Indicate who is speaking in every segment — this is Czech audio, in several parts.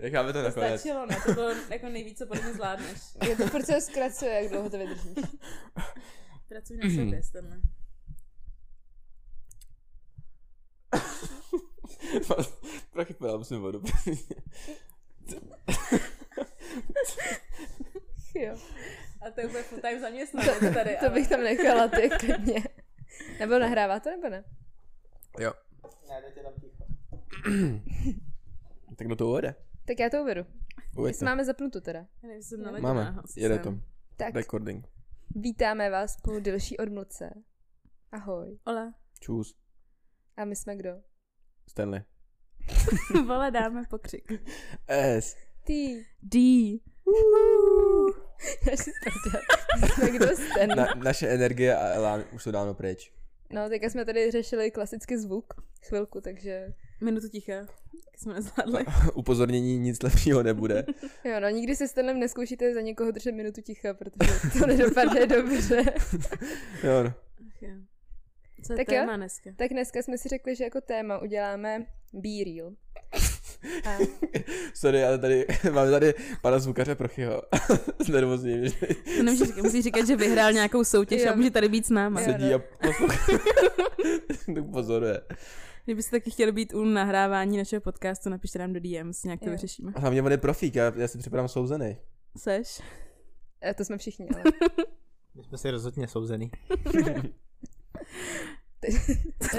Speaker 1: Necháme to
Speaker 2: To
Speaker 1: nakonec.
Speaker 2: stačilo, ne? To bylo jako nejvíc, co podle mě zvládneš.
Speaker 3: Je to proč se to zkracuje, jak dlouho to vydržíš.
Speaker 2: Pracuj na sobě s tenhle.
Speaker 1: Prochytila jsem vodu.
Speaker 3: Jo.
Speaker 2: A to je úplně full time zaměstnanec tady.
Speaker 3: To
Speaker 2: ale-
Speaker 3: bych tam nechala ty klidně. Nebo nahrává to, nebo ne?
Speaker 1: jo.
Speaker 4: Ne, teď je tam ticho.
Speaker 1: Tak kdo to uvede?
Speaker 3: Tak já to uvedu.
Speaker 1: Uveď
Speaker 3: Jestli
Speaker 1: to.
Speaker 3: máme zapnuto teda.
Speaker 2: Já nevím, jsem naletěná.
Speaker 1: Máme,
Speaker 2: asi
Speaker 1: jede
Speaker 2: jsem.
Speaker 1: to.
Speaker 3: Tak,
Speaker 1: Recording.
Speaker 3: vítáme vás po delší odmlce. Ahoj.
Speaker 2: Ola,
Speaker 1: Čus.
Speaker 3: A my jsme kdo?
Speaker 1: Stanley.
Speaker 2: vole, dáme pokřik.
Speaker 1: S.
Speaker 3: Ty.
Speaker 2: D.
Speaker 3: Já si prdel. Jsme kdo jste?
Speaker 1: Na, naše energie a elán už jsou dávno pryč.
Speaker 3: No, tak jsme tady řešili klasicky zvuk chvilku, takže
Speaker 2: Minutu ticha. Tak jsme nezvládli.
Speaker 1: Upozornění nic lepšího nebude.
Speaker 3: jo, no nikdy se s Stanem neskoušíte za někoho držet minutu ticha, protože to nedopadne dobře.
Speaker 1: Jo, no.
Speaker 2: Ach jo. Co je
Speaker 3: Tak jo.
Speaker 2: téma dneska?
Speaker 3: Tak dneska jsme si řekli, že jako téma uděláme Be Real. A
Speaker 1: Sorry, ale tady máme tady pana zvukaře Prochyho. Znervozním, že
Speaker 2: To nemůžeš říkat, musíš říkat, že vyhrál nějakou soutěž
Speaker 3: Jo.
Speaker 2: a může tady být s náma.
Speaker 3: Jo.
Speaker 1: sedí a poslouchá. Tak pozoruje.
Speaker 2: Kdybyste taky chtěli být u nahrávání našeho podcastu, napište nám do DMs, nějak to
Speaker 3: Jo.
Speaker 2: vyřešíme.
Speaker 1: A Hlavně on je profík, já, já si připadám souzený.
Speaker 2: Seš?
Speaker 3: e, to jsme všichni, ale
Speaker 4: My jsme si rozhodně souzený.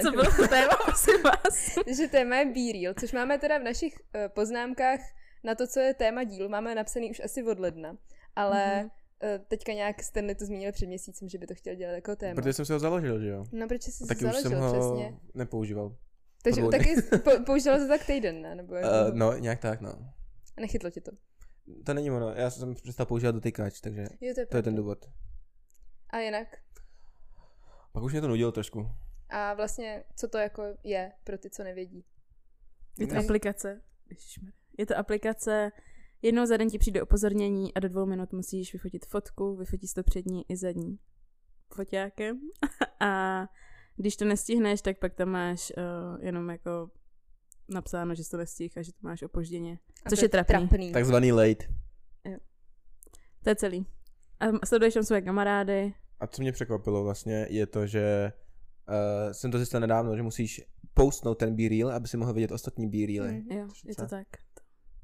Speaker 2: Co bylo to téma, prosím vás?
Speaker 3: Takže téma je Be Real, což máme teda v našich eh, poznámkách na to, co je téma dílu, máme napsaný už asi od ledna, ale
Speaker 2: Mhm.
Speaker 3: mm-hmm. teďka nějak Stanley to zmínil před měsícem, že by to chtěl dělat jako téma.
Speaker 1: Protože jsem si ho založil, že jo?
Speaker 3: No, proč jsi
Speaker 1: Taky
Speaker 3: se
Speaker 1: už jsem
Speaker 3: založil
Speaker 1: ho
Speaker 3: přesně?
Speaker 1: nepoužíval.
Speaker 3: Takže
Speaker 1: podvodný.
Speaker 3: taky po, použila to tak týden, ne? Nebo
Speaker 1: Uh,
Speaker 3: jako,
Speaker 1: no, nějak tak, no.
Speaker 3: A nechytlo tě to.
Speaker 1: To není ono, já jsem přestal používat dotykač, takže
Speaker 3: Jo, to je,
Speaker 1: to je ten důvod.
Speaker 3: A jinak?
Speaker 1: Pak už mě to nudilo trošku.
Speaker 3: A vlastně, co to jako je pro ty, co nevědí?
Speaker 2: Je to
Speaker 1: Ne.
Speaker 2: aplikace. Ježišmarja. Je to aplikace, jednou za den ti přijde upozornění a do dvou minut musíš vyfotit fotku, vyfotíš to přední i zadní foťákem a když to nestihneš, tak pak tam máš uh, jenom jako napsáno, že jsi to nestihl a že to máš opožděně.
Speaker 3: A
Speaker 2: Což
Speaker 3: to
Speaker 2: je trapný.
Speaker 3: trapný. Tak...
Speaker 1: Takzvaný late.
Speaker 2: To je celý. A sleduješ tam své kamarády.
Speaker 1: A co mě překvapilo vlastně, je to, že uh, jsem to zjistil nedávno, že musíš postnout ten B-reel, aby si mohl vidět ostatní B-reely.
Speaker 3: Mhm.
Speaker 2: Jo, je to
Speaker 1: Co?
Speaker 2: tak. To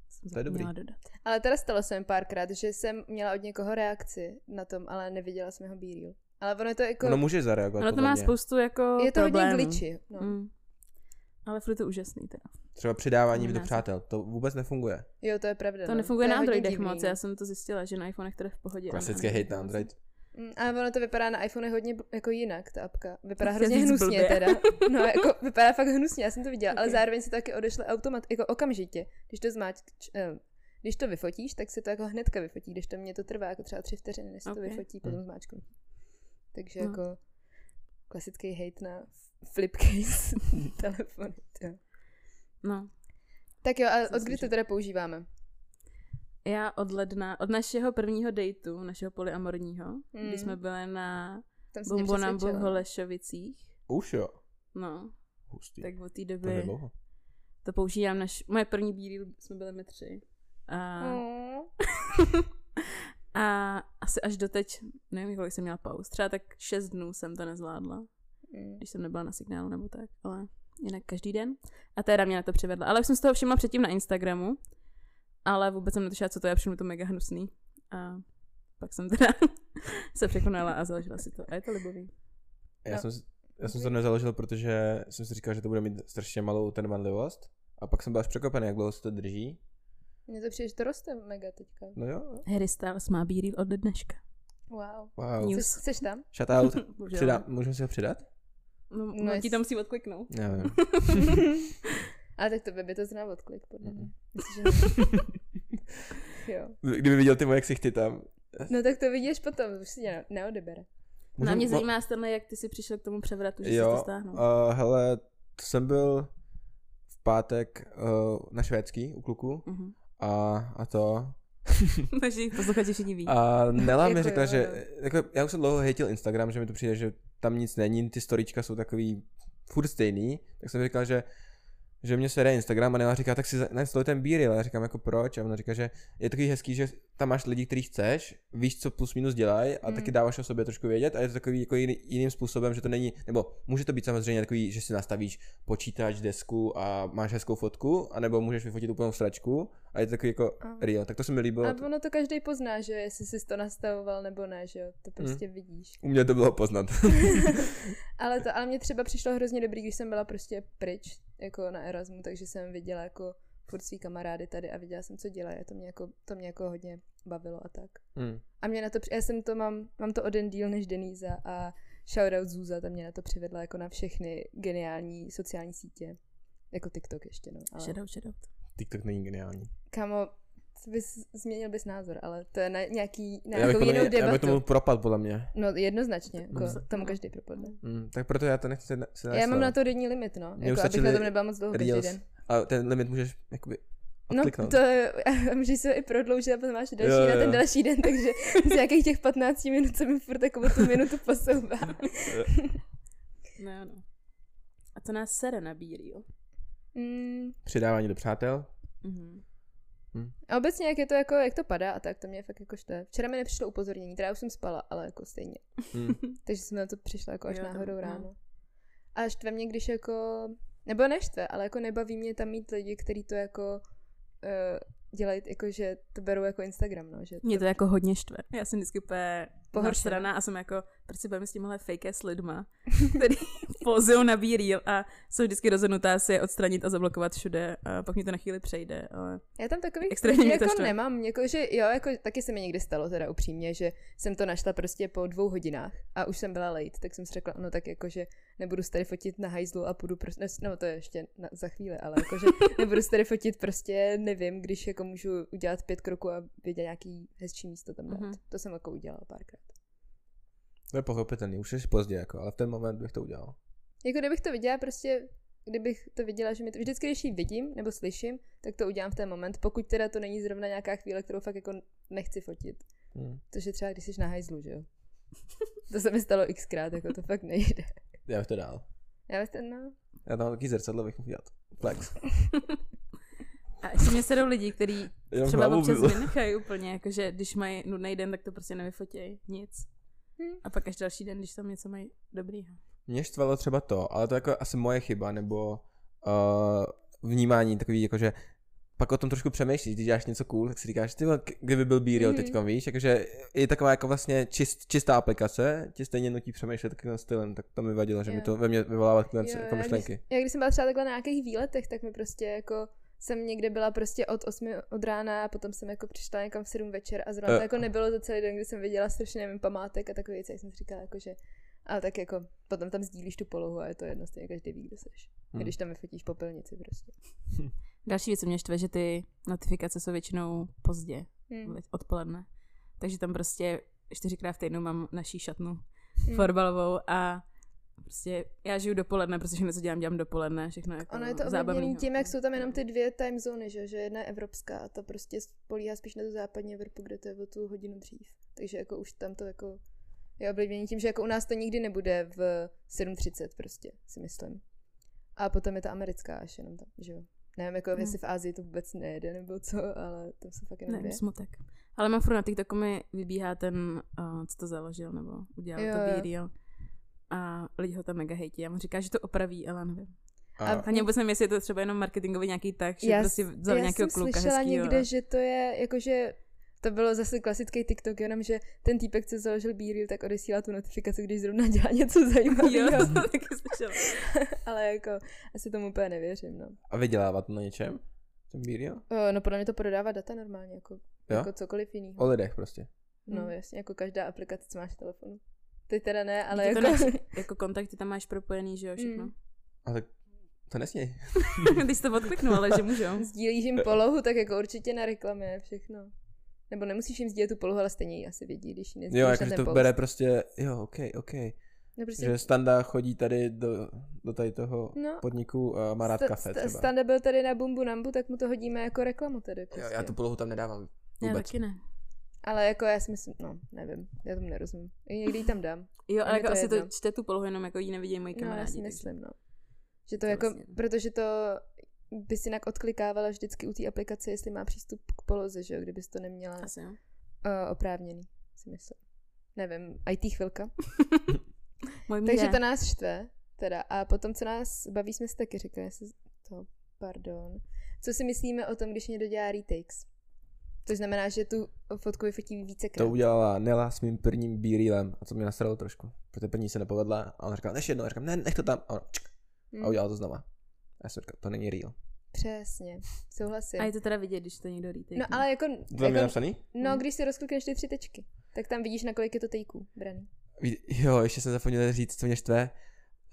Speaker 2: jsem
Speaker 1: To je dobrý.
Speaker 2: zapomněla dodat.
Speaker 3: Ale teda stalo se mi párkrát, že jsem měla od někoho reakci na tom, ale neviděla jsem jeho Be Real. Ale ono je to jako...
Speaker 1: Ono může zareagovat
Speaker 2: Ono to
Speaker 1: podle
Speaker 2: má
Speaker 1: mě.
Speaker 2: spoustu jako
Speaker 3: je to
Speaker 2: problémů.
Speaker 3: hodně glitchy. No.
Speaker 2: Mm. Ale furt je to úžasný teda.
Speaker 1: Třeba přidáváním do
Speaker 2: Znamená se-
Speaker 1: přátel, to vůbec nefunguje.
Speaker 3: Jo, to je pravda.
Speaker 2: To
Speaker 3: no.
Speaker 2: nefunguje
Speaker 3: je
Speaker 2: na
Speaker 3: hodně
Speaker 2: Androidech
Speaker 3: divný,
Speaker 2: moc,
Speaker 3: no.
Speaker 2: já jsem to zjistila, že na iPhonech to je v pohodě. No.
Speaker 1: Klasické hate na Android.
Speaker 3: Mm, Ale ono to vypadá na iPhone hodně bl- jako jinak, ta apka. Vypadá
Speaker 2: Chci
Speaker 3: hrozně
Speaker 2: říct
Speaker 3: hnusně
Speaker 2: blbě.
Speaker 3: teda. No, jako vypadá fakt hnusně, já jsem to viděla, ale
Speaker 2: Ok.
Speaker 3: zároveň se to taky odešle automat, jako okamžitě. Když to zmáč, eh, když to vyfotíš, tak se to jako hnedka vyfotí, když to mě to trvá jako třeba tři vteřiny, než se to
Speaker 2: Ok. Mm.
Speaker 3: vyfotí, potom zmáčknu. Takže
Speaker 2: No.
Speaker 3: jako klasický hate na flipcase telefony. to jo.
Speaker 2: No,
Speaker 3: Tak jo, ale
Speaker 2: Jsem
Speaker 3: od
Speaker 2: si
Speaker 3: kdy to
Speaker 2: říkala.
Speaker 3: teda používáme?
Speaker 2: já od ledna, od našeho prvního dejtu, našeho polyamorního,
Speaker 3: Mm.
Speaker 2: mm. když jsme byli na
Speaker 3: Tam jsi mě
Speaker 2: Bombonambu v
Speaker 3: přesvědčila.
Speaker 2: Holešovicích,
Speaker 1: Už jo.
Speaker 2: no,
Speaker 1: Hustý.
Speaker 2: tak od té
Speaker 1: to je
Speaker 2: doby
Speaker 1: dlouho.
Speaker 2: to používám naš, moje první bílý jsme byli my tři. A,
Speaker 3: Mm.
Speaker 2: a asi až doteď, nevím, kolik jsem měla pauz, třeba tak šest dnů jsem to nezvládla.
Speaker 3: Mm.
Speaker 2: když jsem nebyla na signálu nebo tak, ale jinak každý den. A teda mě na to přivedla. Ale už jsem z toho všimla předtím na Instagramu, ale vůbec jsem netušila, co to je, a všimnu to mega hnusný. A pak jsem teda se překonala a založila si to. A je to libový.
Speaker 1: Já,
Speaker 3: No.
Speaker 1: jsem, si- já jsem se to nezaložil, protože jsem si říkal, že to bude mít strašně malou trvanlivost. A pak jsem byl až překvapený, jak dlouho se to drží.
Speaker 3: Mně to přijde, že to roste mega teďka.
Speaker 1: No jo.
Speaker 2: Harry Styles má bílý od dneška.
Speaker 3: Wow.
Speaker 1: Wow.
Speaker 2: News.
Speaker 3: Jsi, jsi tam?
Speaker 1: Shout out.
Speaker 2: Bohužel.
Speaker 1: Přidá, můžeme si ho přidat?
Speaker 2: No,
Speaker 3: No,
Speaker 2: no,
Speaker 3: jest-
Speaker 2: ti tam musí odkliknout.
Speaker 1: Já vím.
Speaker 3: Ale tak to by, by to znal odklik, podle mě.
Speaker 1: Mm.
Speaker 3: Myslíš, že ne? jo.
Speaker 1: Kdyby viděl ty moje ksichty tam.
Speaker 3: No tak to vidíš potom, už si tě neodebere.
Speaker 2: No a mě
Speaker 1: mo-
Speaker 2: zajímá, Stanley, jak ty si přišel k tomu převratu, že jo, si to
Speaker 1: Jo,
Speaker 2: stáhnou.
Speaker 1: uh, hele, to jsem byl v pátek uh, na švédský u kluku
Speaker 2: Uh-huh.
Speaker 1: a, a to.
Speaker 2: Naši posluchači všichni ví.
Speaker 1: A Nela mi
Speaker 3: Jako
Speaker 1: řekla,
Speaker 3: jo,
Speaker 1: že jako, já už jsem dlouho hejtil Instagram, že mi to přijde, že tam nic není, ty storička jsou takový furt stejný, tak jsem říkal, že že mě sere Instagram a Nela říká, tak si za- nainstalluj ten Beery, ale já říkám jako proč a ona říká, že je takový hezký, že tam máš lidi, který chceš, víš, co plus minus dělají a
Speaker 3: Mm.
Speaker 1: taky dáváš o sobě trošku vědět a je to takový jako jiný, jiným způsobem, že to není, nebo může to být samozřejmě takový, že si nastavíš počítač, desku a máš hezkou fotku, anebo můžeš vyfotit úplnou sračku a je to takový jako
Speaker 3: Aha.
Speaker 1: real, tak to se mi líbilo.
Speaker 3: A ono to každý pozná, že jo, jestli jsi to nastavoval nebo ne, že jo, to prostě vidíš.
Speaker 1: U mě to bylo poznat.
Speaker 3: Ale to, ale mě třeba přišlo hrozně dobrý, když jsem byla prostě pryč, jako na Erasmu, takže jsem viděla jako furt svý kamarády tady a viděla jsem, co dělají a to mě jako, to mě jako hodně bavilo a tak.
Speaker 1: mm.
Speaker 3: A mě na to, při- já jsem to mám, mám to o den díl než Denýza a shoutout Zuza, ta mě na to přivedla jako na všechny geniální sociální sítě. Jako TikTok ještě, no. Ale...
Speaker 2: Shoutout, shoutout.
Speaker 1: TikTok není geniální.
Speaker 3: Kámo, co bys, změnil bys názor, ale to je na nějaký, na
Speaker 1: já bych,
Speaker 3: nějakou
Speaker 1: podle
Speaker 3: jinou
Speaker 1: mě, já bych
Speaker 3: debatu.
Speaker 1: tomu propad, podle mě.
Speaker 3: No jednoznačně, jako,
Speaker 1: Mm.
Speaker 3: tomu každý propadne.
Speaker 1: Mm, tak proto já to nechci se, na- se
Speaker 3: Já mám
Speaker 1: nastavovat.
Speaker 3: na to denní limit, no.
Speaker 1: Mně
Speaker 3: Jako, abych
Speaker 1: stačily
Speaker 3: na tom nebyla moc dlouho každý
Speaker 1: Reels.
Speaker 3: den.
Speaker 1: A ten limit můžeš jakoby
Speaker 3: No,
Speaker 1: odkliknout.
Speaker 3: to můžeš se i prodloužit a potom máš další
Speaker 1: Jo,
Speaker 3: jo, jo. na
Speaker 1: jo.
Speaker 3: ten další den, takže z nějakých těch 15 minut se mi furt takovou tu minutu posouvá.
Speaker 2: No jo, no. A to nás sere na bíry, jo.
Speaker 3: Mm,
Speaker 1: Přidávání do přátel.
Speaker 2: Mhm.
Speaker 3: a obecně, jak je to jako, jak to padá a tak, to mě fakt jako štve. Včera mi nepřišlo upozornění, teda už jsem spala, ale jako stejně.
Speaker 1: Mm.
Speaker 3: Takže jsem na to přišla jako až
Speaker 2: Jo,
Speaker 3: jo,
Speaker 2: to-
Speaker 3: náhodou
Speaker 2: no.
Speaker 3: ráno. A štve mě, když jako, nebo neštve, ale jako nebaví mě tam mít lidi, kteří to jako uh, dělají, jako že to berou jako Instagram, no. Že
Speaker 2: Mě to jako hodně štve. Já jsem vždycky úplně
Speaker 3: Pohoršená.
Speaker 2: pohoršená a jsem jako, proč si budeme s tímhle fake s lidma, který pozují na B-reel a jsem vždycky rozhodnutá si je odstranit a zablokovat všude a pak mi to na chvíli přejde, ale
Speaker 3: Já tam takových
Speaker 2: Extrémně
Speaker 3: lidí
Speaker 2: mě to
Speaker 3: jako
Speaker 2: štve.
Speaker 3: nemám, jako, že jo, jako taky se mi někdy stalo teda upřímně, že jsem to našla prostě po dvou hodinách a už jsem byla late, tak jsem si řekla, no tak jako, že nebudu se tady fotit na hajzlu a půjdu prostě, nes- no to je ještě na, za chvíli, ale jako, že nebudu se tady fotit prostě, nevím, když jako můžu udělat pět kroků a vědět nějaký hezčí místo tam dát.
Speaker 2: Mhm.
Speaker 3: Mm-hmm. To jsem jako udělala párkrát.
Speaker 1: To je pochopitelný, už jsi pozdě, jako, ale v ten moment bych to udělal.
Speaker 3: Jako kdybych to viděla prostě, kdybych to viděla, že mi to vždycky, když ji vidím nebo slyším, tak to udělám v ten moment, pokud teda to není zrovna nějaká chvíle, kterou fakt jako nechci fotit.
Speaker 1: Mm.
Speaker 3: Což je třeba, když jsi na hajzlu, že jo? To se mi stalo xkrát, jako to fakt nejde.
Speaker 1: Já bych to dal.
Speaker 3: Já bych ten, no,
Speaker 1: Já tam mám taky zrcadlo, bych mohl dělat. Flex.
Speaker 2: a ještě mě sedou lidi, kteří
Speaker 1: Jenom
Speaker 2: třeba
Speaker 1: hlavu
Speaker 2: občas
Speaker 1: bylo.
Speaker 2: vynechají úplně, jakože když mají nudný den, tak to prostě nevyfotějí nic.
Speaker 3: Hm.
Speaker 2: A pak až další den, když tam něco mají dobrýho.
Speaker 1: Mě štvalo třeba to, ale to jako asi moje chyba, nebo uh, vnímání takový, jakože pak o tom trošku přemýšlíš, když děláš něco cool, tak si říkáš, ty vole, k- kdyby byl B-Real
Speaker 3: Mhm.
Speaker 1: mm-hmm. teďkom, víš, jakože je taková jako vlastně čist, čistá aplikace, tě stejně nutí přemýšlet takovým stylem, tak to mi vadilo, že
Speaker 3: Jo.
Speaker 1: mi to ve mně vyvolává takové
Speaker 3: Jo,
Speaker 1: jako
Speaker 3: já
Speaker 1: myšlenky.
Speaker 3: já když jsem byla třeba takhle na nějakých výletech, tak mi prostě jako jsem někde byla prostě od 8 od rána a potom jsem jako přišla někam v 7 večer a zrovna
Speaker 1: Eh.
Speaker 3: to jako nebylo za celý den, kdy jsem viděla strašně nevím, památek a takové věci, jak jsem si říkala, jako že ale tak jako potom tam sdílíš tu polohu a je to jedno, stejně každý ví, kde seš.
Speaker 1: Hm.
Speaker 3: Hmm. Když tam vyfotíš popelnici prostě.
Speaker 2: Další věc, co mě štve, že ty notifikace jsou většinou pozdě.
Speaker 3: Hmm.
Speaker 2: ve- odpoledne. Takže tam prostě čtyřikrát v týdnu mám naší šatnu
Speaker 3: Mm.
Speaker 2: mm. fotbalovou a prostě já žiju dopoledne, protože všechno, co dělám, dělám dopoledne, všechno jako
Speaker 3: Ono je to ovlivněné
Speaker 2: zábavný.
Speaker 3: tím, jak jsou tam jenom ty dvě time zóny, že, jo, že jedna je evropská a ta prostě spolíhá spíš na tu západní Evropu, kde to je o tu hodinu dřív. Takže jako už tam to jako je ovlivněné tím, že jako u nás to nikdy nebude v 7.30 prostě, si myslím. A potom je ta americká až jenom tam, že jo. Nevím, jako
Speaker 2: Hmm.
Speaker 3: jestli v Ázii to vůbec nejede nebo co, ale tam jsou fakt jenom
Speaker 2: Ne,
Speaker 3: dvě.
Speaker 2: smutek. Ale mám furt na TikToku mi vybíhá ten, uh, co to založil, nebo udělal
Speaker 3: Jo,
Speaker 2: jo,
Speaker 3: jo.
Speaker 2: to B-Real. A lidi ho tam mega hejtí. Já mu říkám, že to opraví, ale nevím.
Speaker 1: A,
Speaker 2: A mě vůbec nevím, jestli je to třeba jenom marketingový nějaký tak, že já, prostě vzal
Speaker 3: já
Speaker 2: nějakého
Speaker 3: jsem
Speaker 2: kluka
Speaker 3: slyšela
Speaker 2: hezkýho. no.
Speaker 3: někde, že to je, jakože to bylo zase klasický TikTok, jenom že ten týpek, co založil b tak odesílá tu notifikaci, když zrovna dělá něco
Speaker 2: Jo,
Speaker 3: zajímavého.
Speaker 2: to jsem taky slyšela.
Speaker 3: Ale jako, asi tomu úplně nevěřím, no.
Speaker 1: a vydělává to na něčem? Ten B-Real?
Speaker 3: O, no podle mě to prodává data normálně, jako,
Speaker 1: Jo?
Speaker 3: jako cokoliv jiného.
Speaker 1: O lidech prostě.
Speaker 3: No jasně, jako každá aplikace, co máš v telefonu. Teď teda ne, ale
Speaker 2: Ale jako...
Speaker 3: jako...
Speaker 2: To než, jako kontakty tam máš propojený, že jo, všechno.
Speaker 3: Mm.
Speaker 2: Mm.
Speaker 1: A tak to nesměj.
Speaker 2: Když to odkliknu, ale že můžou.
Speaker 3: Sdílíš jim polohu, tak jako určitě na reklamě všechno. Nebo nemusíš jim sdílet tu polohu, ale stejně ji asi vidí, když ji nezdílíš
Speaker 1: Jo,
Speaker 3: na
Speaker 1: jakože
Speaker 3: ten
Speaker 1: to
Speaker 3: post.
Speaker 1: bere prostě, jo, OK, OK.
Speaker 3: No, prostě
Speaker 1: Že Standa chodí tady do, do tady toho
Speaker 3: No.
Speaker 1: podniku a má rád
Speaker 3: Sta-
Speaker 1: kafe
Speaker 3: sta-
Speaker 1: třeba.
Speaker 3: Standa byl tady na Bumbu Nambu, tak mu to hodíme jako reklamu tady. Prostě.
Speaker 1: Jo, já tu polohu tam nedávám
Speaker 2: Já
Speaker 1: vůbec.
Speaker 2: taky ne.
Speaker 3: Ale jako já si myslím, no, nevím, já tomu nerozumím. I Někdy ji tam dám.
Speaker 2: Jo,
Speaker 3: Je
Speaker 2: ale jako
Speaker 3: to
Speaker 2: asi
Speaker 3: jedno.
Speaker 2: to čte tu polohu, jenom jako ji nevidějí moji
Speaker 3: No, já
Speaker 2: kamarádi.
Speaker 3: si
Speaker 2: takže-
Speaker 3: myslím, no. Že to,
Speaker 2: To
Speaker 3: jako,
Speaker 2: vlastně.
Speaker 3: protože to bys jinak odklikávala vždycky u té aplikace, jestli má přístup k poloze, že jo, kdybys to neměla
Speaker 2: Asi jo.
Speaker 3: uh, oprávněný, si myslím. Nevím, IT chvilka.
Speaker 2: Můj mír
Speaker 3: Takže
Speaker 2: je.
Speaker 3: to nás štve, teda. A potom, co nás baví, jsme si taky říkali, jestli to, pardon. Co si myslíme o tom, když někdo dělá retakes? To znamená, že tu fotku vyfotí vícekrát.
Speaker 1: To udělala Nela s mým prvním bírílem a co mě nasralo trošku. Protože první se nepovedla a ona říkala, než jedno, a říkám, ne, nech to tam. A, ona, čk,
Speaker 3: Hm,
Speaker 1: a udělala to znova. A já jsem říkal, to není real.
Speaker 3: Přesně, souhlasím.
Speaker 2: A je to teda vidět, když to někdo retake.
Speaker 3: No ale jako,
Speaker 1: To tam je
Speaker 3: jako
Speaker 1: napsaný?
Speaker 3: no, když si rozklikneš ty tři tečky, tak tam vidíš, nakolik je to tejků, braný.
Speaker 1: Ví- Jo, ještě jsem zapomněl říct, co mě štve.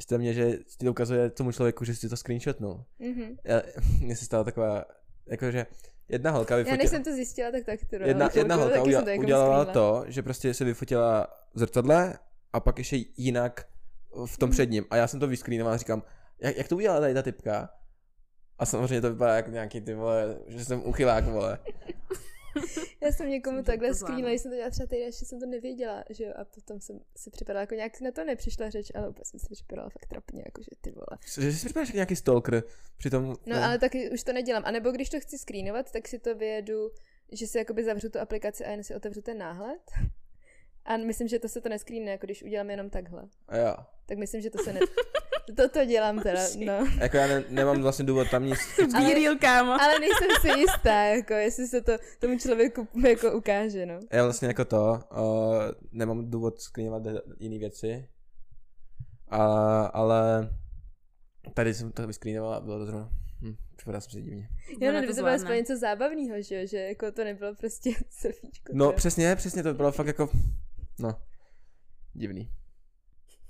Speaker 1: Štve mě, že ti to ukazuje tomu člověku, že si to screenshotnul.
Speaker 3: Mhm.
Speaker 1: Já- Mně se stala taková, jakože jedna holka
Speaker 3: Já
Speaker 1: vyfotila...
Speaker 3: než jsem to zjistila, tak tak to
Speaker 1: jedna, jedna holka
Speaker 3: taky
Speaker 1: uděla,
Speaker 3: jsem to jako
Speaker 1: udělala
Speaker 3: screenla.
Speaker 1: to, že prostě se vyfotila v zrcadle a pak ještě jinak v
Speaker 3: Mhm.
Speaker 1: tom předním. A já jsem to vyskrýnoval a říkám, jak, jak to udělala tady ta typka? A samozřejmě to vypadá jako nějaký ty vole, že jsem uchylák vole.
Speaker 3: Já jsem někomu
Speaker 2: Myslím, že
Speaker 3: takhle
Speaker 2: to zvládnu.
Speaker 3: screenla, jsem to dělala třeba týden, ještě jsem to nevěděla, že jo, a potom jsem si připadala, jako nějak na to nepřišla řeč, ale úplně jsem si připadala fakt trapně, jakože ty vole.
Speaker 1: Že si připadáš jako nějaký stalker, přitom...
Speaker 3: No ale taky už to nedělám, anebo když to chci screenovat, tak si to vyjedu, že si jakoby zavřu tu aplikaci a jen si otevřu ten náhled. A myslím, že to se to neskrýne, jako když udělám jenom takhle.
Speaker 1: A jo.
Speaker 3: Tak myslím, že to se ne... To to dělám teda, no.
Speaker 1: A Jako já ne, nemám vlastně důvod tam nic...
Speaker 3: ale-
Speaker 2: Bíril, kámo.
Speaker 3: Ale nejsem si jistá, jako jestli se to tomu člověku jako ukáže, no.
Speaker 1: Já vlastně jako to, uh, nemám důvod sklínovat jiné věci, a, ale tady jsem to vysklínoval a bylo to zrovna, hm, připadá jsem si divně.
Speaker 3: Jo,
Speaker 2: Ona
Speaker 3: no,
Speaker 2: to
Speaker 3: kdyby to bylo
Speaker 2: zvládne.
Speaker 3: aspoň něco zábavného, že jo, že jako to nebylo prostě selfiečko.
Speaker 1: No
Speaker 3: to-
Speaker 1: přesně, přesně, to bylo fakt jako, no, divný.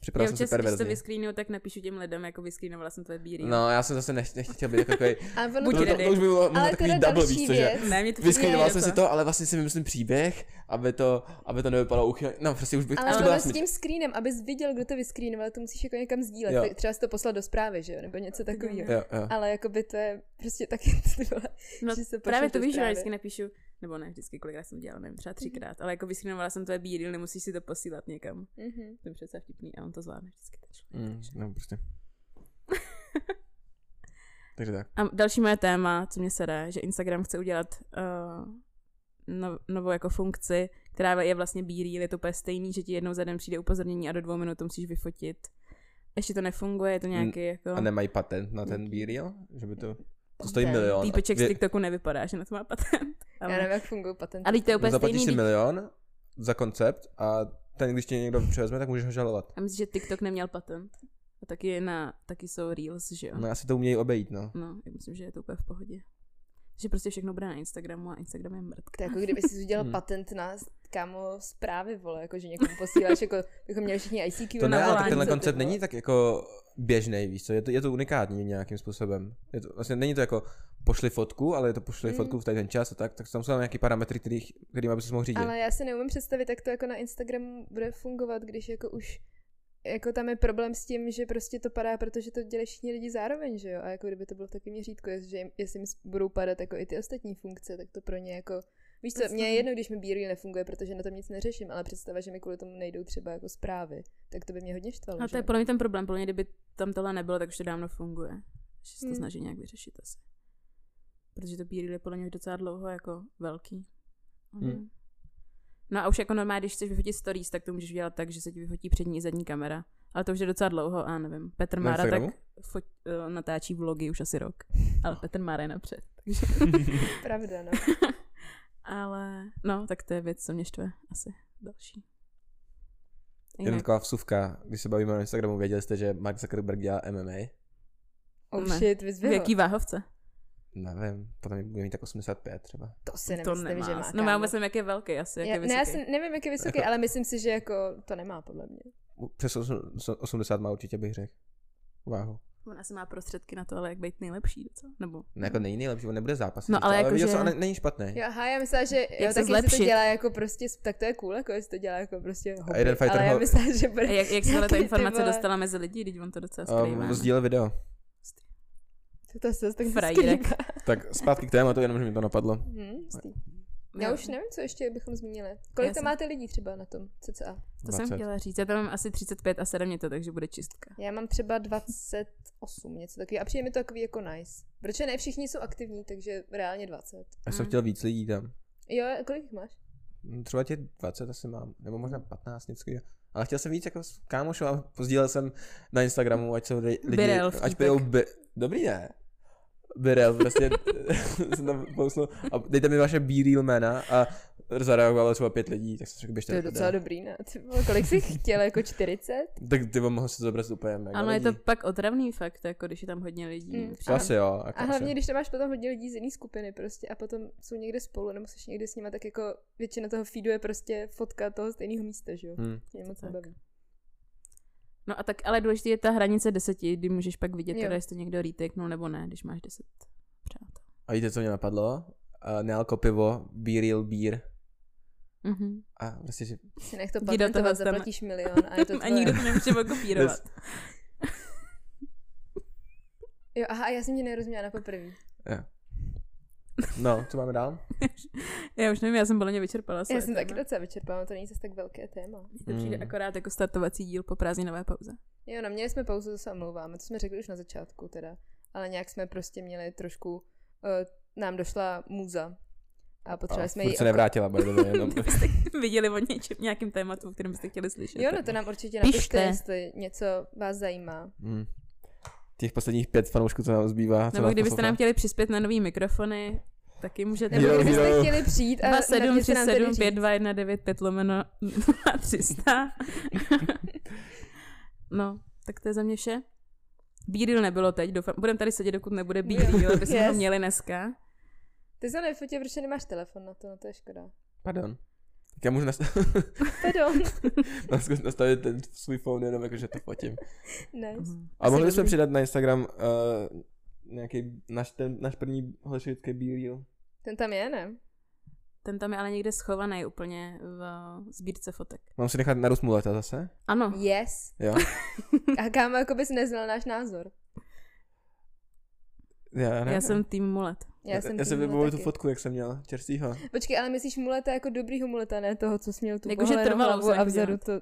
Speaker 1: Připadal
Speaker 2: Já
Speaker 1: jsem se
Speaker 2: občas, když to
Speaker 1: perverzně.
Speaker 2: vyskrýnu, tak napíšu těm lidem, jako vyskrýnovala jsem tvoje bíry.
Speaker 1: No, já jsem zase nech, nechtěl být jako takový,
Speaker 3: A ono
Speaker 1: no,
Speaker 2: Buď
Speaker 1: to, to,
Speaker 2: ready.
Speaker 1: to, už by bylo možná
Speaker 3: ale
Speaker 1: takový
Speaker 3: teda
Speaker 1: double,
Speaker 3: další
Speaker 1: víš co, že?
Speaker 3: věc.
Speaker 2: Ne, mě to
Speaker 1: Vysklínoval
Speaker 2: přijde
Speaker 1: jsem si
Speaker 2: jako-
Speaker 1: to, ale vlastně si vymyslím příběh, aby to, aby to nevypadalo uchy, no prostě už by, už
Speaker 3: Ale
Speaker 1: to
Speaker 3: ono
Speaker 1: byla
Speaker 3: s tím screenem, abys viděl, kdo to vyscreenoval, to musíš jako někam sdílet.
Speaker 1: Jo.
Speaker 3: Tak třeba si to poslat do zprávy, že jo, nebo něco takového.
Speaker 1: Jo, jo.
Speaker 3: Ale jako by to je prostě taky ty vole.
Speaker 2: No,
Speaker 3: že se
Speaker 2: právě
Speaker 3: pošlete
Speaker 2: to víš, že já
Speaker 3: zprávy.
Speaker 2: vždycky napíšu, nebo ne, vždycky kolikrát jsem to dělala, nevím, třeba třikrát, ale jako vyskrýnovala jsem tvoje bíry, nemusíš si to posílat někam.
Speaker 3: Mhm.
Speaker 2: To je přece vtipný a on to zvládne vždycky. ten člověk.
Speaker 1: Mm, no, prostě. Takže tak.
Speaker 2: A další moje téma, co mě sere, že Instagram chce udělat uh, no, novou jako funkci, která je vlastně bílý, je to úplně stejný, že ti jednou za den přijde upozornění a do dvou minut to musíš vyfotit. Ještě to nefunguje, je to nějaký jako...
Speaker 1: A nemají patent na ten B-Real? Že by to... To stojí
Speaker 3: Ten
Speaker 1: milion.
Speaker 2: Týpeček z
Speaker 1: Vy-
Speaker 2: TikToku nevypadá, že na to má patent.
Speaker 3: Já
Speaker 2: Ale,
Speaker 3: nevím, jak fungují patenty.
Speaker 2: ale teď to je úplně
Speaker 1: Zaplatíš
Speaker 2: stejný.
Speaker 1: si
Speaker 2: vždyť-
Speaker 1: milion za koncept a ten, když tě někdo převezme, tak můžeš ho žalovat.
Speaker 2: A myslím, že TikTok neměl patent. A taky, na, taky jsou Reels, že jo?
Speaker 1: No asi to umějí obejít, no.
Speaker 2: No, já myslím, že je to úplně v pohodě. Že prostě všechno bude na Instagramu a Instagram je mrtka.
Speaker 3: To je jako kdyby si udělal
Speaker 1: Hmm.
Speaker 3: patent na kámo zprávy, vole, jako že někomu posíláš, jako bychom měli všichni ICQ.
Speaker 1: To ne, ale tak
Speaker 2: navolání
Speaker 1: tenhle
Speaker 2: za ty
Speaker 1: koncept
Speaker 3: vole.
Speaker 1: není tak jako běžný, víš co, je to, je to unikátní nějakým způsobem. Je to, vlastně není to jako pošli fotku, ale je to pošli
Speaker 3: Mm.
Speaker 1: fotku v tady ten čas a tak, tak tam jsou tam nějaký parametry, který, kterým by se mohl řídit.
Speaker 3: Ale já si neumím představit, jak to jako na Instagramu bude fungovat, když jako už jako tam je problém s tím, že prostě to padá, protože to dělají všichni lidi zároveň, že jo? A jako kdyby to bylo v takovém měřítku, že jim, jestli jim budou padat jako i ty ostatní funkce, tak to pro ně jako... Víš co, mě je jedno, když mi bílý nefunguje, protože na tom nic neřeším, ale představa, že mi kvůli tomu nejdou třeba jako zprávy, tak to by mě hodně štvalo,
Speaker 2: A
Speaker 3: že
Speaker 2: to je
Speaker 3: jo?
Speaker 2: pro mě ten problém. Pro mě, kdyby tam tohle nebylo, tak už to dávno funguje. Že se to
Speaker 3: Hmm.
Speaker 2: snaží nějak vyřešit asi. Protože to bílý je podle mě už docela dlouho jako velký.
Speaker 1: Hmm.
Speaker 2: No a už jako normálně, když chceš vyfotit stories, tak to můžeš dělat tak, že se ti vyfotí přední i zadní kamera. Ale to už je docela dlouho a nevím. Petr
Speaker 1: Na
Speaker 2: Mára tak
Speaker 1: Instagramu?
Speaker 2: fot, eh, natáčí vlogy už asi rok. Ale Petr Mára je napřed. Takže...
Speaker 3: Pravda, no.
Speaker 2: Ale no, tak to je věc, co mě štve asi další.
Speaker 1: Jenom taková vsuvka, když se bavíme o Instagramu, věděli jste, že Mark Zuckerberg dělá MMA?
Speaker 3: Oh
Speaker 2: Ne.
Speaker 3: shit,
Speaker 2: v
Speaker 3: vyzvihla.
Speaker 2: jaký váhovce?
Speaker 1: Nevím, potom bude mít tak 85 třeba.
Speaker 3: To si
Speaker 2: to
Speaker 3: nemyslím,
Speaker 2: nemá.
Speaker 3: že má.
Speaker 2: no já
Speaker 3: kámo.
Speaker 2: vůbec nevím, jak je velký asi, jak
Speaker 3: Já-
Speaker 2: je
Speaker 3: ne,
Speaker 2: vysoký.
Speaker 3: já si nevím, jak je vysoký,
Speaker 1: Jako-
Speaker 3: ale myslím si, že jako to nemá podle mě.
Speaker 1: Přes osm- osm- 80 má určitě bych řekl. Váhu.
Speaker 2: On asi má prostředky na to, ale jak být nejlepší docela, nebo...
Speaker 1: Ne, jako není nejlepší, on nebude zápasit.
Speaker 2: No,
Speaker 1: víš co,
Speaker 2: ale jako
Speaker 1: viděl
Speaker 2: že-
Speaker 1: jsem, ale není špatný.
Speaker 3: Jo, aha, já myslela, že jo,
Speaker 2: se
Speaker 3: taky si to
Speaker 2: zlepšit.
Speaker 3: dělá jako prostě, tak to je cool, jako jestli to dělá jako prostě hobby,
Speaker 1: jeden fighter
Speaker 3: ale já
Speaker 1: ho-
Speaker 3: myslela, že bude...
Speaker 2: A jak, jak se
Speaker 3: Ty-
Speaker 2: tahle ta
Speaker 3: ty
Speaker 2: informace
Speaker 3: vole.
Speaker 2: dostala mezi lidi, když on to docela skrývá.
Speaker 1: Um,
Speaker 2: Um,
Speaker 1: sdílel video.
Speaker 3: To se tak
Speaker 2: Frajírek.
Speaker 3: neskrývá.
Speaker 1: Tak zpátky k tématu, jenom že mi to napadlo.
Speaker 3: Hm, hustý. Já
Speaker 2: Jo.
Speaker 3: už nevím, co ještě bychom zmínili. Kolik
Speaker 2: Já
Speaker 3: to
Speaker 2: jsem-
Speaker 3: máte lidí třeba na tom CCA?
Speaker 2: To jsem chtěla říct. Já tam mám asi 35 a 7 to, takže bude čistka.
Speaker 3: Já mám třeba 28, něco takový. A přijde mi to takový jako nice. Protože ne všichni jsou aktivní, takže reálně 20.
Speaker 1: Já jsem
Speaker 2: Mm.
Speaker 1: chtěl víc lidí tam.
Speaker 3: Jo, a kolik jich máš?
Speaker 1: Mm, Třeba tě 20 asi mám, nebo možná 15 něco takového. Ale chtěl jsem víc jako s kámošem a pozdílel jsem na Instagramu, ať jsou li- lidi,
Speaker 2: Birel
Speaker 1: ať
Speaker 2: vtípek.
Speaker 1: pijou by... Dobrý ne. Birel, prostě jsem tam pousnul a dejte mi vaše B-real jména a zareagovalo třeba pět lidí, tak jsem řekl, běžte
Speaker 3: To je
Speaker 1: do prdele.
Speaker 3: docela dobrý, ne? Ty vole, kolik jsi chtěl, jako 40?
Speaker 1: Tak ty vole, mohl si zabrat úplně mega
Speaker 2: Ano, je
Speaker 1: lidí.
Speaker 2: to pak otravný fakt, jako když je tam hodně lidí.
Speaker 3: Mm.
Speaker 2: Přijde-
Speaker 1: Klasy, jo.
Speaker 3: A
Speaker 1: jako asi.
Speaker 3: hlavně, když tam máš potom hodně lidí z jiné skupiny prostě a potom jsou někde spolu, nebo jsi někde s nimi, tak jako většina toho feedu je prostě fotka toho stejného místa, že jo?
Speaker 1: Hm.
Speaker 3: Mě moc
Speaker 2: Tak.
Speaker 3: nebaví.
Speaker 2: No a tak, ale důležitý je ta hranice deseti, kdy můžeš pak vidět,
Speaker 3: Jo.
Speaker 2: teda, jestli to někdo retaknul nebo ne, když máš deset přátel.
Speaker 1: A víte, co mě napadlo? Uh, nealko pivo, beer, real beer.
Speaker 2: Mhm.
Speaker 1: A prostě, že
Speaker 3: Si nech to
Speaker 2: Jdi do toho
Speaker 3: patentovat,
Speaker 2: sama.
Speaker 3: zaplatíš milion a je to
Speaker 2: a
Speaker 3: tvoje.
Speaker 2: nikdo to nemůže kopírovat.
Speaker 3: Jo, aha, já jsem tě nerozuměla na poprvé.
Speaker 1: No, co máme dál?
Speaker 2: já už nevím, já jsem podle mě vyčerpala své
Speaker 3: Já jsem taky
Speaker 2: téma.
Speaker 3: docela vyčerpala, to není zase tak velké téma.
Speaker 2: To přijde
Speaker 1: Mm.
Speaker 2: akorát jako startovací díl po prázdninové pauze.
Speaker 3: Jo, no měli jsme pauzu, zase omlouváme, to jsme řekli už na začátku teda, ale nějak jsme prostě měli trošku, uh, nám došla můza a potřebovali
Speaker 1: A
Speaker 3: jsme jako-
Speaker 1: furt
Speaker 3: ji...
Speaker 1: se nevrátila, by the way, jenom.
Speaker 2: Kdybyste viděli o něčem, nějakém tématu, o kterém byste chtěli slyšet.
Speaker 3: Jo, no to nám určitě
Speaker 2: Pište.
Speaker 3: napište, jestli něco vás zajímá.
Speaker 1: Hm. Těch posledních pět fanoušků, co nám zbývá. co
Speaker 2: Nebo
Speaker 1: nás
Speaker 2: kdybyste
Speaker 1: poslouchá.
Speaker 2: nám chtěli přispět na nový mikrofony, taky můžete.
Speaker 3: Nebo
Speaker 1: Jo,
Speaker 3: kdybyste eh,
Speaker 1: jo.
Speaker 3: chtěli přijít a
Speaker 2: 2737
Speaker 3: 5
Speaker 2: 52195 lomeno 300. no, tak to je za mě vše. Bídil nebylo teď, doufám. Budeme tady sedět, dokud nebude bídil, aby jsme ho
Speaker 3: Yes.
Speaker 2: měli dneska.
Speaker 3: Ty se nefotě, protože nemáš telefon na to, no to je škoda.
Speaker 1: Pardon. Tak já můžu nas-
Speaker 3: Pardon.
Speaker 1: nas- nastavit ten svůj phone jenom jako, že to fotím.
Speaker 3: nice.
Speaker 1: A mohli
Speaker 3: dobrý.
Speaker 1: jsme přidat na Instagram uh, nějaký náš, ten, náš první holešovický bíl.
Speaker 3: Ten tam je, ne?
Speaker 2: Ten tam je ale někde schovaný úplně v sbírce fotek.
Speaker 1: Mám si nechat na Rusmuleta zase?
Speaker 2: Ano,
Speaker 3: Yes.
Speaker 1: Jo.
Speaker 3: A kámo, jako bys neznal náš názor.
Speaker 1: Já, ne?
Speaker 2: já jsem tým mulet.
Speaker 3: Já jsem
Speaker 1: já
Speaker 3: tým
Speaker 1: jsem
Speaker 3: Mule
Speaker 1: vybavuju tu
Speaker 3: taky.
Speaker 1: fotku, jak jsem měl, čerstvýho.
Speaker 3: Počkej, ale myslíš muleta jako dobrýho muleta, ne toho, co směl tu
Speaker 2: Jakože
Speaker 3: pohlenou
Speaker 2: trvalo
Speaker 3: hlavu
Speaker 2: se
Speaker 3: a
Speaker 2: jako
Speaker 3: vzadu to.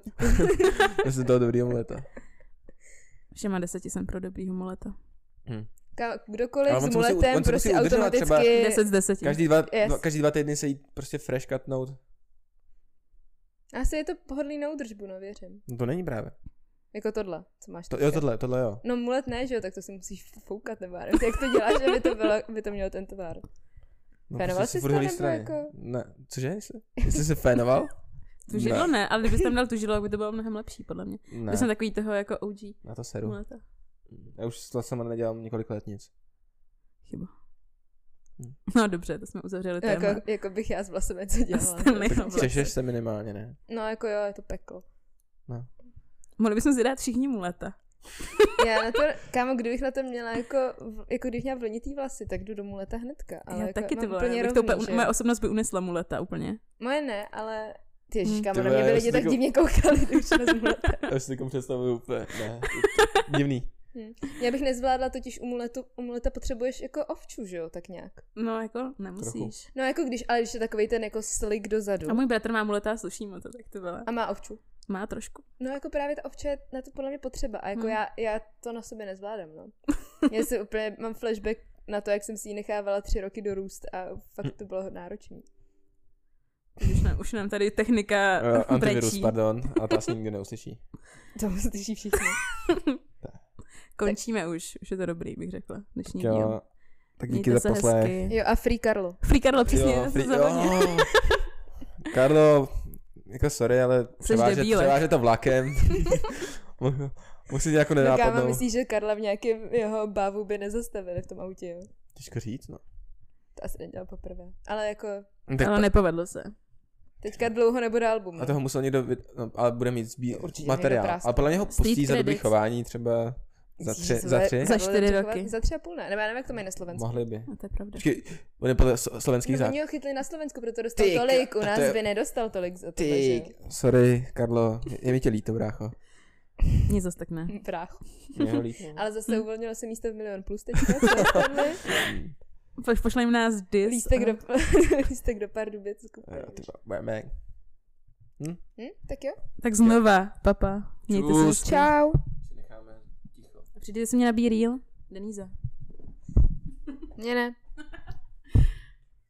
Speaker 1: Já jsem toho dobrýho muleta.
Speaker 2: Všema deseti jsem pro dobrýho muleta.
Speaker 3: Ka- kudokoliv
Speaker 1: Ale on
Speaker 3: s
Speaker 1: se musí-
Speaker 3: muletem
Speaker 1: on se
Speaker 3: prostě
Speaker 1: musí udržovat třeba-
Speaker 3: automaticky...
Speaker 2: 10 z 10.
Speaker 1: Každý dva,
Speaker 3: Yes.
Speaker 1: dva, každý dva týdny se jít prostě fresh cutnout.
Speaker 3: Asi je to pohodlný na údržbu, no věřím.
Speaker 1: No to není právě.
Speaker 3: Jako tohle, co máš
Speaker 1: To,
Speaker 3: teďka.
Speaker 1: jo, tohle, tohle jo.
Speaker 3: No mulet ne, že jo, tak to si musíš foukat nebo já nevím, jak to děláš, aby to, bylo, aby to mělo ten tvar.
Speaker 1: No,
Speaker 3: Fénoval
Speaker 1: prostě
Speaker 3: jsi
Speaker 1: furt
Speaker 3: to,
Speaker 1: hodí
Speaker 3: nebo
Speaker 1: strany.
Speaker 3: jako-
Speaker 1: Ne, cože? Jestli, jestli jsi fénoval?
Speaker 2: Tu židlo ne, ale kdybys tam dal tu židlo, tak by to bylo mnohem lepší, podle mě.
Speaker 1: Ne,
Speaker 2: Já jsem takový toho jako OG
Speaker 1: na to seru.
Speaker 2: muleta.
Speaker 1: Já už s sama nedělám několik let nic.
Speaker 2: Chyba.
Speaker 1: Hm.
Speaker 2: No dobře, to jsme uzavřeli téma.
Speaker 3: Jako, jako, bych já s vlasem něco
Speaker 2: A
Speaker 3: dělala. jako.
Speaker 2: Stanley
Speaker 1: Tak
Speaker 2: Novak.
Speaker 1: češeš se minimálně, ne?
Speaker 3: No jako jo, je to peklo.
Speaker 2: Mohli bychom si dát všichni muleta.
Speaker 3: Já na to, kámo, kdybych na to měla jako, v- jako kdybych měla vlnitý vlasy, tak jdu do muleta hnedka. Ale
Speaker 2: já
Speaker 3: jako,
Speaker 2: taky ty
Speaker 3: mám
Speaker 2: vole, bych
Speaker 3: úplně rovný,
Speaker 2: to úplně,
Speaker 3: že?
Speaker 2: moje osobnost by unesla muleta úplně.
Speaker 3: Moje ne, ale... Ty ježiš,
Speaker 2: Hm.
Speaker 3: kámo,
Speaker 1: Ty
Speaker 3: na
Speaker 1: vole,
Speaker 3: mě by
Speaker 1: já
Speaker 3: lidi
Speaker 1: si
Speaker 3: tak
Speaker 1: jako-
Speaker 3: divně koukali, když šla z muleta.
Speaker 1: Já si to představuju úplně, ne. Divný.
Speaker 3: Já bych nezvládla totiž u, muletu, u muleta potřebuješ jako ovču, že jo, tak nějak.
Speaker 2: No jako nemusíš.
Speaker 3: No jako když, ale když je takový ten jako slik dozadu.
Speaker 2: A můj bratr má muleta a sluší mu to, tak to byla.
Speaker 3: a má ovču.
Speaker 2: Má trošku.
Speaker 3: No jako právě ta ovče je na to podle mě potřeba a jako
Speaker 2: Hmm.
Speaker 3: já, já to na sobě nezvládám, no. Já si úplně mám flashback na to, jak jsem si ji nechávala tři roky dorůst a fakt to bylo náročné.
Speaker 2: Už nám, už nám tady technika
Speaker 1: Uh, antivirus,
Speaker 2: Eh, brečí.
Speaker 1: pardon. A to asi nikdo neuslyší.
Speaker 3: To slyší všichni.
Speaker 2: Končíme už, už je to dobrý, bych řekla. Dnešní díl.
Speaker 1: Jo. Tak díky
Speaker 2: Mějte se
Speaker 1: za poslech.
Speaker 2: hezky.
Speaker 3: Jo a Free Karlo.
Speaker 2: Free Karlo, přesně,
Speaker 1: Jo,
Speaker 2: já
Speaker 1: free-
Speaker 2: jsem zapomněla.
Speaker 1: jo. Karlo, jako sorry, ale převážet,
Speaker 2: debílek.
Speaker 1: převážet to vlakem. Musí jako
Speaker 3: No kámo,
Speaker 1: nenápadnou.
Speaker 3: myslíš, že Karla v nějakém jeho bávu by nezastavili v tom autě, jo?
Speaker 1: Těžko říct, no.
Speaker 3: To asi nedělal poprvé. Ale jako
Speaker 1: No Tak
Speaker 2: Ale nepovedlo se.
Speaker 3: teďka dlouho nebude album.
Speaker 1: A toho musel někdo, vy... no, ale bude mít zbí...
Speaker 3: Určitě někdo
Speaker 1: materiál.
Speaker 3: práskne.
Speaker 1: A podle mě ho pustí za dobrý
Speaker 2: credits.
Speaker 1: chování třeba
Speaker 3: no.
Speaker 1: za tři, za tři?
Speaker 2: Za čtyři
Speaker 3: Karlo,
Speaker 2: roky.
Speaker 3: Za tři a půl, ne? Nebo já nevím, jak to mají na Slovensku.
Speaker 1: Mohli by.
Speaker 2: No, to je pravda.
Speaker 1: Počkej, on je podle so- slovenských
Speaker 3: No,
Speaker 1: zákonů.
Speaker 3: oni ho chytli na Slovensku, proto dostal
Speaker 1: Ty,
Speaker 3: tolik, u
Speaker 1: to
Speaker 3: nás
Speaker 1: je-
Speaker 3: by nedostal tolik za to, že
Speaker 1: Ty,
Speaker 3: jo?
Speaker 1: sorry, Karlo, je- je mi tě líto, brácho.
Speaker 2: Nic zas tak ne.
Speaker 3: Práchu.
Speaker 1: Mě ho líto.
Speaker 3: Ale zase uvolnilo se místo v milion plus teďka, co jste byli.
Speaker 2: Poš- Pošle jim nás dis.
Speaker 3: Lístek do, lístek do Pardubic. kupujeme.
Speaker 1: Jo, Eh, ty vole, budeme
Speaker 3: Hm? Tak jo.
Speaker 2: eh, Tak znova, papa. Mějte se.
Speaker 1: Čus.
Speaker 2: hezky.
Speaker 3: Čau.
Speaker 1: se necháme ticho.
Speaker 2: Přijďte se mě nabíjí reel. Deníza.
Speaker 3: Mě ne.